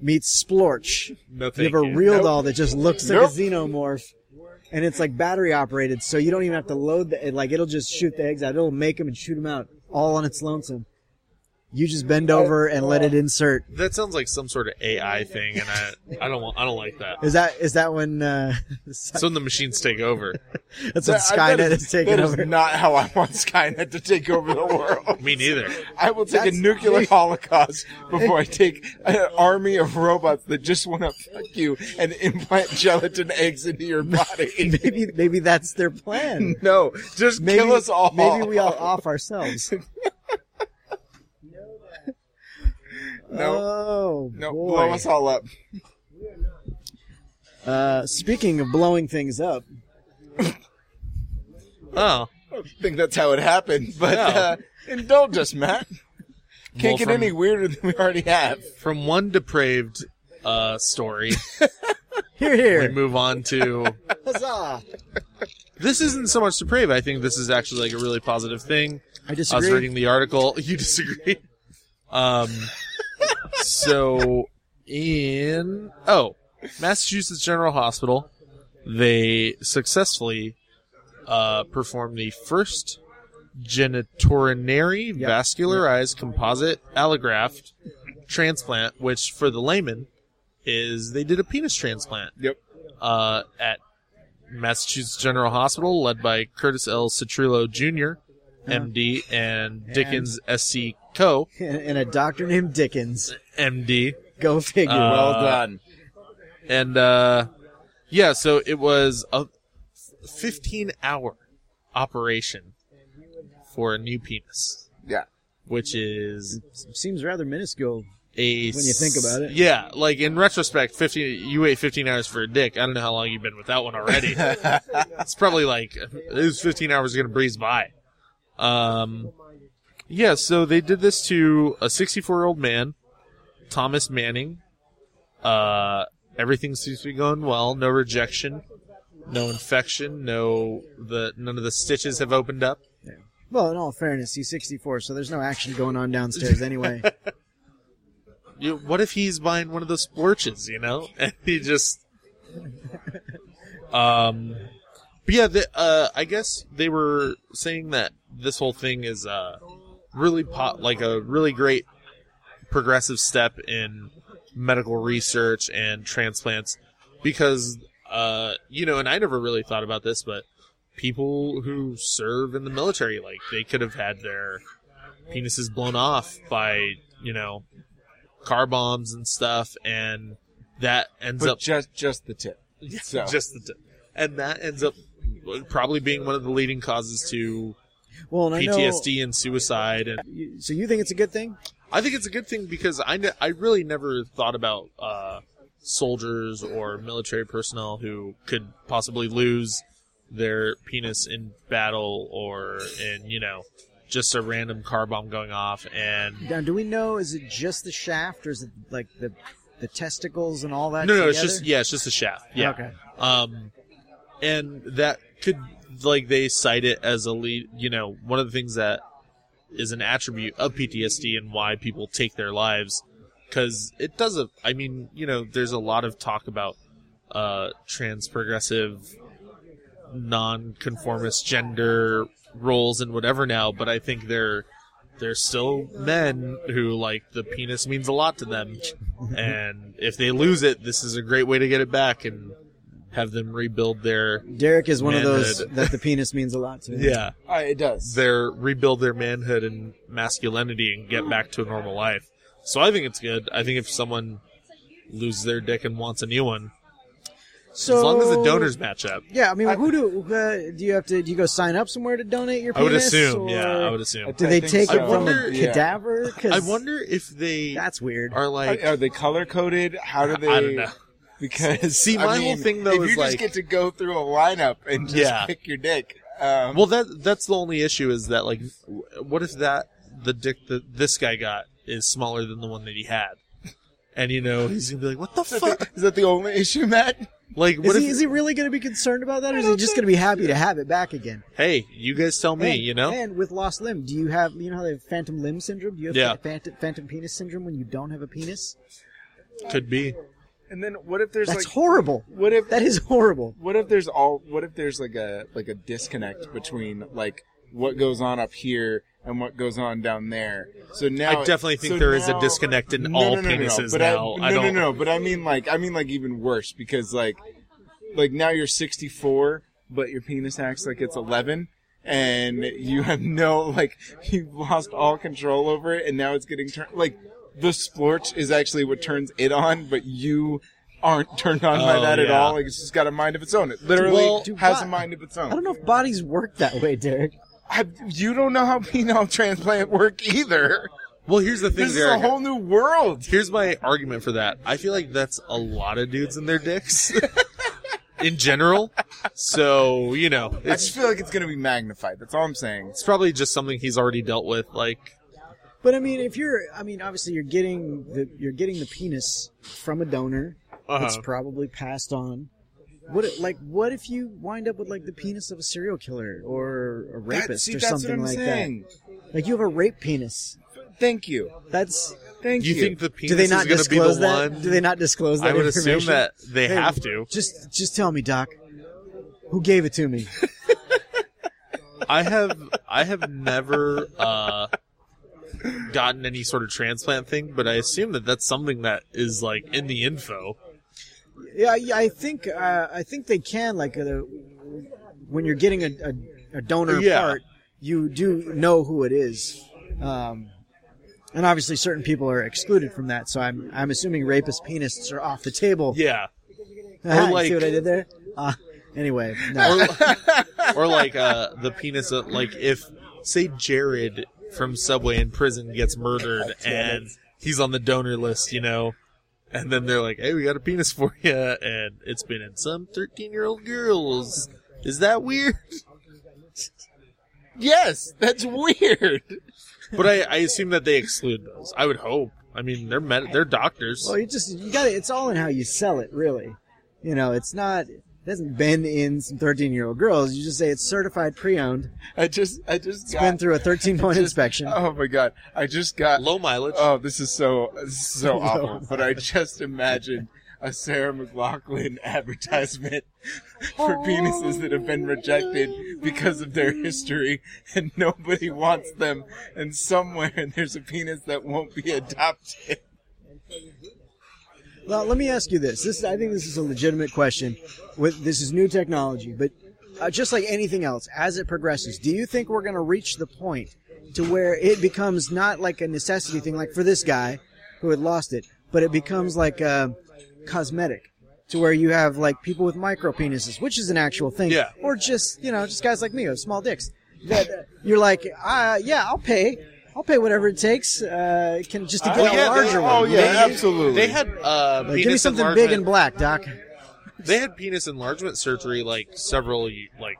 A: meets Splorch.
C: No,
A: You
C: thank
A: have a
C: you.
A: real
B: Nope.
A: doll that just looks like
B: Nope.
A: a xenomorph, and it's like battery operated, so you don't even have to load the. it- Like it'll just shoot the eggs out. It'll make them and shoot them out all on its lonesome. You just bend
B: Oh.
A: over and let it insert.
C: That sounds like some sort of AI thing, and I I don't want I don't like that.
A: Is that is that when uh, (laughs)
C: That's when the machines take over.
A: that's when
B: That- I- that
A: Skynet is taken
B: that
A: over?
B: not how I want Skynet to take
A: (laughs)
B: over the world.
C: Me neither.
B: I will take
A: That's-
B: a nuclear
A: (laughs)
B: holocaust before I take an army of robots that just want to fuck you and implant gelatin eggs into your body.
A: (laughs) maybe maybe that's their plan.
B: no, just
A: Maybe,
B: (laughs) kill us all.
A: maybe we all
B: (laughs)
A: off ourselves.
B: No,
A: Oh,
B: no,
A: boy.
B: blow us all up.
A: Uh, speaking of blowing things up,
C: Oh,
B: I think that's how it happened, but
C: No.
B: uh, indulge us, Matt. Can't
C: Well,
B: get
C: from-
B: any weirder than we already
A: (laughs)
B: have.
C: from one depraved uh, story,
A: here,
C: we
A: here,
C: move on to (laughs)
A: huzzah!
C: this isn't so much depraved. I think this is actually like a really positive thing.
A: I
C: I was
A: disagree.
C: reading the article. (laughs) You disagree? Um, so in oh, Massachusetts General Hospital, they successfully uh, performed the first genitourinary vascularized composite allograft transplant, which for the layman is they did a penis transplant
B: Yep.
C: uh, at Massachusetts General Hospital, led by Curtis L. Citrillo Jr., MD, and Dickens S.C. Co.,
A: and, and a doctor named Dickens.
C: MD.
A: Go figure.
C: Uh,
B: Well done.
C: And uh, yeah, so it was a 15 hour operation for a new penis,
A: (laughs)
B: Yeah.
C: which is
A: Seems rather minuscule.
C: a.
A: When you think about it.
C: Yeah, like in retrospect, 15, you wait 15 hours for a dick. I don't know how long you've been without
A: (laughs)
C: one already. it's probably like those 15 hours are going to breeze by. Um, yeah, so they did this to a 64 year old man, Thomas Manning. Uh, everything seems to be going well. No rejection, no infection, no the none of the stitches have opened up.
A: Well, in all fairness, he's 64, so there's no action going on downstairs
C: (laughs)
A: anyway.
C: You, what if he's buying one of those splurches, you know? (laughs) And he just, um, but yeah, the, uh, I guess they were saying that this whole thing is uh, really pot, like a really great progressive step in medical research and transplants because, uh, you know, and I never really thought about this, but people who serve in the military, like they could have had their penises blown off by, you know, car bombs and stuff, and that ends
B: But
C: up
B: just just the tip. So.
C: just the tip. And that ends up probably being one of the leading causes to
A: Well, and I know-
C: PTSD and suicide. And
A: you- so you think it's a good thing?
C: I think it's a good thing because I, ne- I really never thought about uh, soldiers or military personnel who could possibly lose their penis in battle or in, you know, just a random car bomb going off. And
A: Now, do we know? Is it just the shaft, or is it like the the testicles and all that?
C: no, no, it's
A: together?
C: just, yeah, it's just a shaft. Yeah.
A: Okay.
C: Um, and that could, like, they cite it as a lead, you know, one of the things that is an attribute of PTSD and why people take their lives. Because it doesn't, I mean, you know, there's a lot of talk about uh, trans progressive, non conformist gender roles and whatever now, but I think they're. They're still men who like the penis means a lot to them, and if they lose it, this is a great way to get it back and have them rebuild their
A: Derek is one of those
C: Manhood.
A: that the penis means a lot to.
C: yeah
B: Uh, it does.
C: their rebuild their manhood and masculinity and get back to a normal life. So I think it's good. I think if someone loses their dick and wants a new one,
A: So
C: as long as the donors match up,
A: Yeah, I mean, who do uh, do you have to? Do you go sign up somewhere to donate your
C: I would
A: penis?
C: assume.
A: or-
C: Yeah, I would assume.
A: Do
B: I
A: they
B: think
A: take
B: so.
A: it
B: I
A: from
C: wonder-
A: a
B: yeah.
A: cadaver? 'Cause
C: I wonder if they
A: That's weird.
C: are like
B: Are, are they color coded? How do they?
C: I don't know.
B: Because
C: (laughs) See, my
B: I
C: whole
B: mean,
C: thing, though,
B: if
C: is
B: you just
C: like-
B: get to go through a lineup and just
C: Yeah.
B: pick your dick. Um,
C: Well, that that's the only issue is that like, w- what if that the dick that this guy got is smaller than the one that he had, and you know he's gonna be like,
B: (laughs)
C: "What the
B: Is that
C: fuck?"
B: the- is that the only issue, Matt?
C: Like,
A: Is
C: what
A: he,
C: if?
A: is he really going to be concerned about that, or is he just going to be happy to have it back again?
C: hey, you guys tell me.
A: and,
C: you know,
A: And with lost limb, do you have you know how they have phantom limb syndrome? Do you have
C: Yeah.
A: phantom, phantom penis syndrome when you don't have a penis?
C: could be.
B: And then what if there's
A: That's
B: like
A: horrible.
B: what if
A: That is horrible.
B: what if there's all what if there's like a like a disconnect between like what goes on up here and what goes on down there? So now
C: I definitely think
B: so
C: there is
B: now-
C: a disconnect in
B: No,
C: all
B: no, no, no, no,
C: penises
B: but
C: now.
B: I,
C: I
B: no,
C: don't.
B: no, no, but I mean like I mean like even worse because like like now you're 64 but your penis acts like it's 11 and you have no like you've lost all control over it and now it's getting turned like the splorch is actually what turns it on but you aren't turned on by
C: Oh,
B: that at
C: yeah.
B: all like it's just got a mind of its own it literally
C: Well,
A: do
B: has
A: what?
B: a mind of its
A: I don't
B: own
A: know if bodies work that way, Derek.
B: I, you don't know how penile transplant work either
C: Well, here's the thing,
B: this is a
C: Derek.
B: whole new world
C: Here's my argument for that. I feel like that's a lot of dudes in their dicks (laughs) in general. So, you know,
B: I
C: it's
B: just feel like it's going to be magnified. That's all I'm saying.
C: it's probably just something he's already dealt with like
A: But I mean, if you're, I mean, obviously you're getting the you're getting the penis from a donor.
B: Uh-huh.
A: It's
C: uh,
A: probably passed on. What if, like what if you wind up with like the penis of a serial killer or a rapist
B: That- see,
A: or
B: that's
A: something
B: what I'm
A: like
B: saying.
A: that? Like you have a rape penis.
B: Thank you.
A: That's
B: Thank
C: you
B: you.
C: think the penis
A: do they not
C: is going to be the
A: disclose that?
C: one?
A: Do they not disclose that?
C: I would assume
A: information?
C: that they
A: Hey,
C: have to.
A: Just just tell me, doc. Who gave it to me?
C: I have I have never uh, gotten any sort of transplant thing, but I assume that that's something that is like in the info.
A: (laughs) Yeah, I, I think uh, I think they can. Like uh, the, when you're getting a, a, a donor
C: Yeah.
A: part, you do know who it is, um, and obviously certain people are excluded from that. So I'm I'm assuming rapist penists are off the table.
C: Yeah,
A: Ah, (laughs) you
C: like-
A: see what I did there? Uh, anyway, no.
C: or, or like uh, the penis of like if say Jared from Subway in prison gets murdered and he's on the donor list, you know, and then they're like, "Hey, we got a penis for (laughs) you," and it's been in some thirteen-year-old girls. Is that weird? (laughs)
B: yes, that's weird.
C: But I, I assume that they exclude those. I would hope. I mean, they're med- they're doctors.
A: Well, you just you got to It's all in how you sell it, really. You know, it's not. It hasn't been in some 13 year old girls. You just say it's certified pre-owned.
B: I just, I just got.
A: Been through a 13 point
B: (laughs) just-
A: inspection.
B: Oh my god, I just got.
C: Low mileage.
B: Oh, this is so, this is
A: (laughs)
B: so
A: Low
B: awful. But I just imagined a Sarah McLaughlin (laughs) advertisement (laughs) for penises that have been rejected because of their history, and nobody wants them. And somewhere (laughs) there's a penis that won't be adopted.
A: Well, let me ask you this. This I think this is a legitimate question. With this is new technology, but uh, just like anything else, as it progresses, do you think we're going to reach the point to where it becomes not like a necessity thing, like for this guy who had lost it, but it becomes like uh, cosmetic, to where you have like people with micro penises, which is an actual thing,
C: Yeah.
A: or just you know just guys like me who have small dicks. That uh, you're like, uh, yeah, I'll pay. I'll pay whatever it takes. Uh, can just to get
C: Oh, yeah,
A: a
C: they-
A: larger one.
B: Oh yeah,
C: They-
B: absolutely.
C: They had uh,
A: Like,
C: penis
A: give me something
C: enlargement.
A: big and black, Doc.
C: They had penis enlargement surgery like several y- like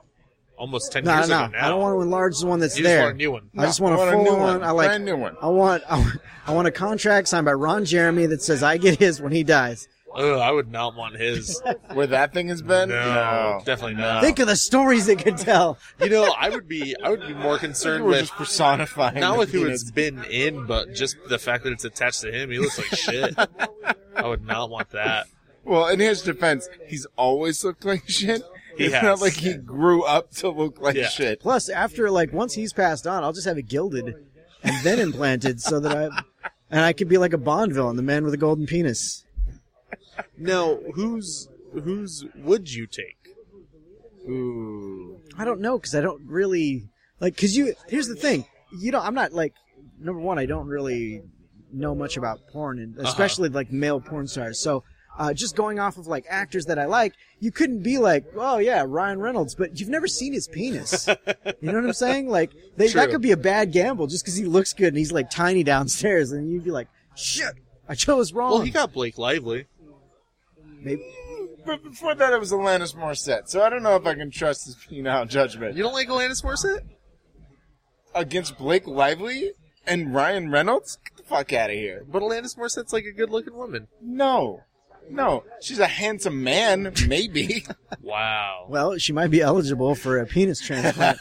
C: almost ten
A: No,
C: years
A: no,
C: ago. Now
A: I don't want to enlarge the one that's
C: You just
A: there.
C: want a new one.
A: I just want a full
B: new
A: on.
B: one.
A: I like
B: Brand new one.
A: I want, I want I want a contract signed by Ron Jeremy that says I get his when he dies.
C: Ugh, I would not want
A: (laughs)
C: his.
B: Where that thing has been?
C: No, definitely not.
A: Think of the stories they could tell.
C: you know, I would be I would be more concerned
B: We're
C: with
B: just personifying.
C: not
B: the
C: with who
B: penis.
C: it's been in, but just the fact that it's attached to him. He looks like shit. I would not want that.
B: Well, in his defense, he's always looked like shit.
C: He
B: it's
C: has.
B: not like he grew up to look like
C: Yeah.
B: shit.
A: Plus, after like once he's passed on, I'll just have it gilded and then implanted so that I and I could be like a Bond villain, the man with the golden penis.
C: Now, who's whose would you take?
B: Ooh.
A: I don't know because I don't really like because you. Here's the thing, you know, I'm not like number one. I don't really know much about porn
B: Uh-huh.
A: and especially like male porn stars. So uh, just going off of like actors that I like, you couldn't be like, oh yeah, Ryan Reynolds, but you've never seen his
B: (laughs)
A: penis. you know what I'm saying? Like they, that
C: True.
A: could be a bad gamble just because he looks good and he's like tiny downstairs, and you'd be like, shit, I chose wrong.
C: Well, he got Blake Lively.
A: Maybe-
B: But before that, it was Alanis Morissette, so I don't know if I can trust his penile judgment.
C: You don't like Alanis Morissette?
B: Against Blake Lively and Ryan Reynolds? Get the fuck out of here.
C: But Alanis Morissette's like a good-looking woman.
B: No. No. She's a handsome man, maybe. (laughs)
C: Wow.
A: Well, she might be eligible for a penis transplant.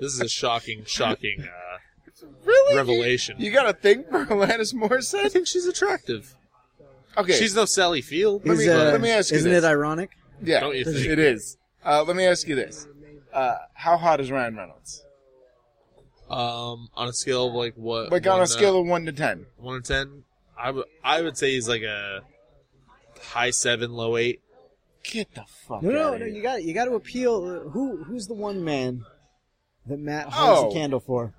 C: This is a shocking, shocking uh,
B: really?
C: revelation.
B: You got a thing for Alanis
C: I
B: Morissette?
C: think she's attractive.
B: Okay.
C: She's no Sally
B: (laughs)
C: Field.
B: Let
A: Is,
B: me-
A: uh,
B: let me ask you
A: isn't
B: this.
A: it ironic?
B: yeah.
C: Don't you think?
B: It is. Uh, let me ask you this. Uh, how hot is Ryan Reynolds?
C: Um, on a scale of like what?
B: Like on
C: one, uh,
B: a scale of 1 to 10.
C: one to ten, I would I would say he's like a high seven, low eight.
B: Get the fuck
A: No, no,
B: outta
A: no.
B: here.
A: You got you got to appeal. uh, Who who's the one man that Matt holds
B: holds the Oh.
A: the candle for?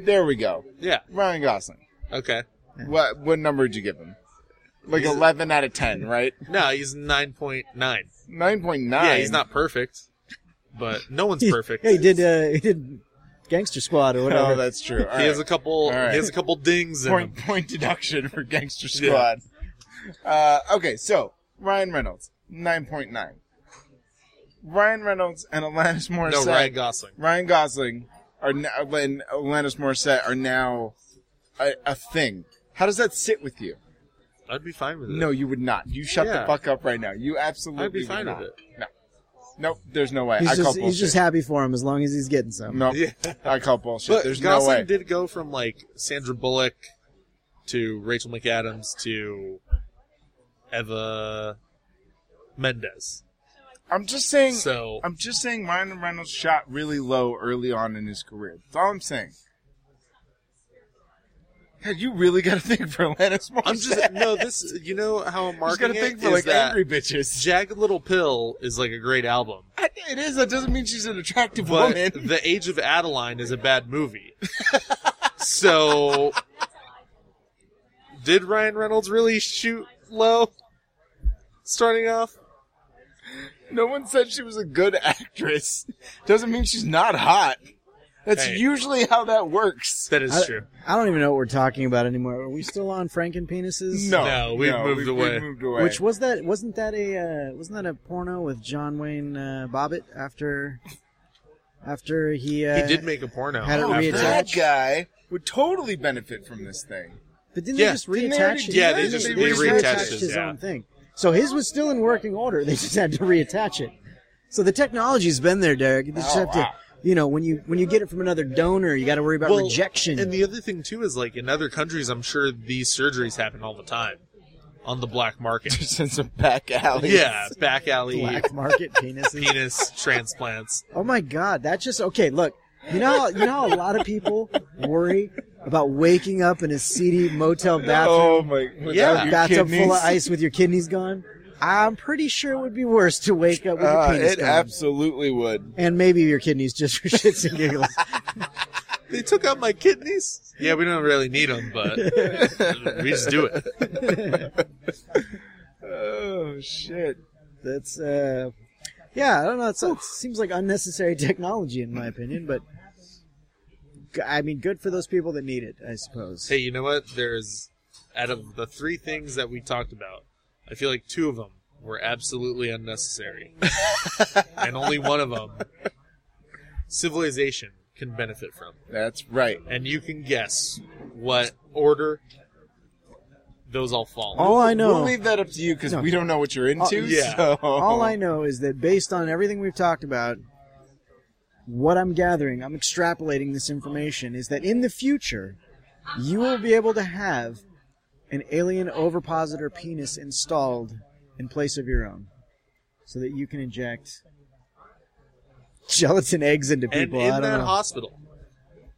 B: There we go.
C: Yeah.
B: Ryan Gosling.
C: Okay.
B: What what number did you give him? Like
C: He's-
B: 11 out of 10, right?
C: No, he's nine point nine.
B: 9.9.
C: Yeah,
B: (laughs)
C: he's not perfect, but no one's perfect.
A: Yeah, he did. Uh, he did Gangster Squad or whatever.
B: Oh, that's true. All
C: (laughs) He has a
B: right.
C: couple.
B: All right.
C: He has a couple dings in
B: point
C: him.
B: point deduction for Gangster
C: Yeah.
B: Squad. Uh, okay, so Ryan Reynolds, 9.9. Ryan Reynolds and Alanis
C: No,
B: Morissette.
C: Ryan Gosling.
B: Ryan Gosling are now, and Alanis Morissette are now a, a thing. How does that sit with you?
C: I'd be fine with it.
B: No, you would not. You shut
C: Yeah.
B: the fuck up right now. You absolutely
C: I'd be fine
B: would not.
C: with it.
B: No. Nope, there's no way.
A: he's
B: I call
A: just
B: bullshit.
A: he's just happy for him as long as he's getting some.
B: Nope.
C: Yeah.
B: I call bullshit.
C: But
B: there's
C: Gosling
B: no way.
C: did go from like Sandra Bullock to Rachel McAdams to Eva Mendes.
B: I'm just saying.
C: So
B: I'm just saying Ryan Reynolds shot really low early on in his career. That's all I'm saying. God, you really got to think for Alanis Morissette.
C: I'm just no. This you know how I'm
B: You (laughs) just got
C: marking
B: to
C: it
B: think
C: is
B: for like
C: that
B: angry bitches.
C: Jagged Little Pill is like a
B: (laughs)
C: great album,
B: I- It is. That doesn't mean she's an attractive
C: but
B: woman.
C: The Age of Adeline is a bad movie. so did Ryan Reynolds really shoot low? Starting off,
B: No one said she was a good actress. Doesn't mean she's not hot. That's
C: Hey.
B: usually how that works.
C: that is
A: I,
C: true.
A: I don't even know what we're talking about anymore. Are we still on Frankenpenises?
B: No,
C: No, we've moved
B: we've,
C: away.
B: We've moved away.
A: Which was that? Wasn't that a? Uh, wasn't that a porno with John Wayne uh, Bobbitt after? After he uh,
C: He did make a porno.
A: had it
B: oh,
C: after-
A: reattached.
B: that guy would totally benefit from this thing.
A: (laughs) But didn't
C: Yeah.
A: they just
B: Didn't they already
A: reattach?
B: do
A: it?
C: Yeah,
B: that?
C: they just-
A: they,
C: they
A: just
C: reattached
A: reattached
C: it,
A: his
C: yeah.
A: own thing. So his was still in working order. (laughs) They just had to reattach it. So the technology's been there, Derek. You just
B: Oh,
A: have to,
B: wow.
A: you know, when you when you get it from another donor, you got to worry about
C: Well,
A: rejection.
C: And the other thing too is like in other countries, I'm sure these surgeries happen all the time on the
A: (laughs)
C: black market.
B: Send some back alleys.
C: yeah, back
A: (laughs)
C: alley
A: Black market penises.
C: (laughs)
B: (laughs)
C: penis transplants.
A: Oh my God, that just okay. Look, you know, how- you know, how a lot of people worry about waking up in a seedy motel bathroom,
B: Oh my! without
C: Yeah.
B: your
A: bathtub full of
B: kidneys.
A: ice with your kidneys gone. I'm pretty sure it would be worse to wake up with
B: Uh,
A: your penis
B: it
A: gone.
B: absolutely would.
A: and maybe your kidneys just for (laughs) shits and giggles.
C: They took out my kidneys. Yeah, we don't really need them,
A: (laughs)
C: but we just do it.
B: Oh shit!
A: That's uh, yeah, I don't know. It's, it seems like unnecessary technology in my opinion, but g- I mean, good for those people that need it, I suppose.
C: Hey, you know what? There's out of the three things that we talked about, I feel like two of them were
A: (laughs)
C: absolutely unnecessary, and only one of them civilization can benefit from.
B: That's right.
C: and you can guess what order those all fall. in.
A: All I know,
B: We'll leave that up to you because
A: No.
B: we don't know what you're
A: Oh,
B: into.
C: yeah.
B: so-
A: all I know is that based on everything we've talked about, what I'm gathering, I'm extrapolating this information is that in the future, you will be able to have an alien ovipositor penis installed in place of your own, so that you can inject gelatin eggs into
C: and
A: people.
C: in
A: I don't
C: that
A: know.
C: hospital,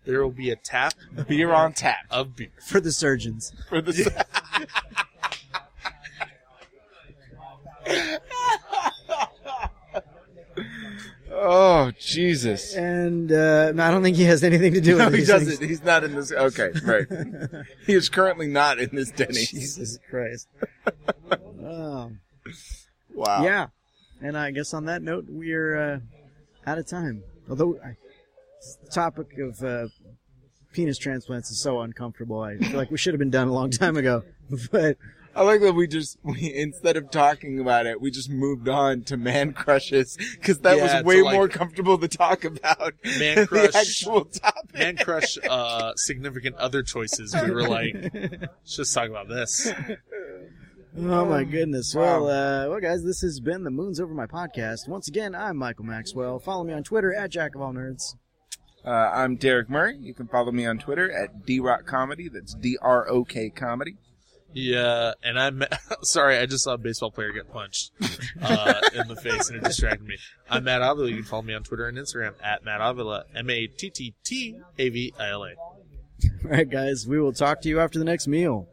C: there will be a tap
B: beer on tap
C: of beer.
A: for the surgeons.
B: for the. (laughs) oh Jesus!
A: And uh, I don't think he has anything to do with
B: (laughs) No, he
A: these
B: doesn't.
A: things.
B: He's not in this. Okay, (laughs) right. he is currently not in this Denny's.
A: Jesus Christ. Um,
B: Wow.
A: Yeah. And I guess on that note, we're uh, out of time. Although I, the topic of uh, penis transplants is so uncomfortable, I feel like we should have been done a long time ago. (laughs) But
B: I like that we just (laughs) we instead of talking about it, we just moved on to man crushes because that
C: Yeah,
B: was
C: to,
B: way
C: like-
B: more comfortable to talk about
C: Man
B: than
C: crush.
B: (laughs) the actual topic.
C: Man crush uh, significant other choices. We were like, let's just talk about this.
A: Oh my goodness. Well,
B: Wow.
A: uh, well, guys, this has been the Moon's Over My podcast. Once again, I'm Michael Maxwell. Follow me on Twitter at Jack of All Nerds.
B: Uh, I'm Derek Murray. You can follow me on Twitter at drock comedy. That's D R O K comedy.
C: Yeah, and I'm (laughs) sorry. I just saw a baseball player get punched uh, in the face, and it distracted me. I'm Matt Avila. You can follow me on Twitter and Instagram at Matt Avila. M A T T T A V I L A.
A: All right, guys, we will talk to you after the next meal.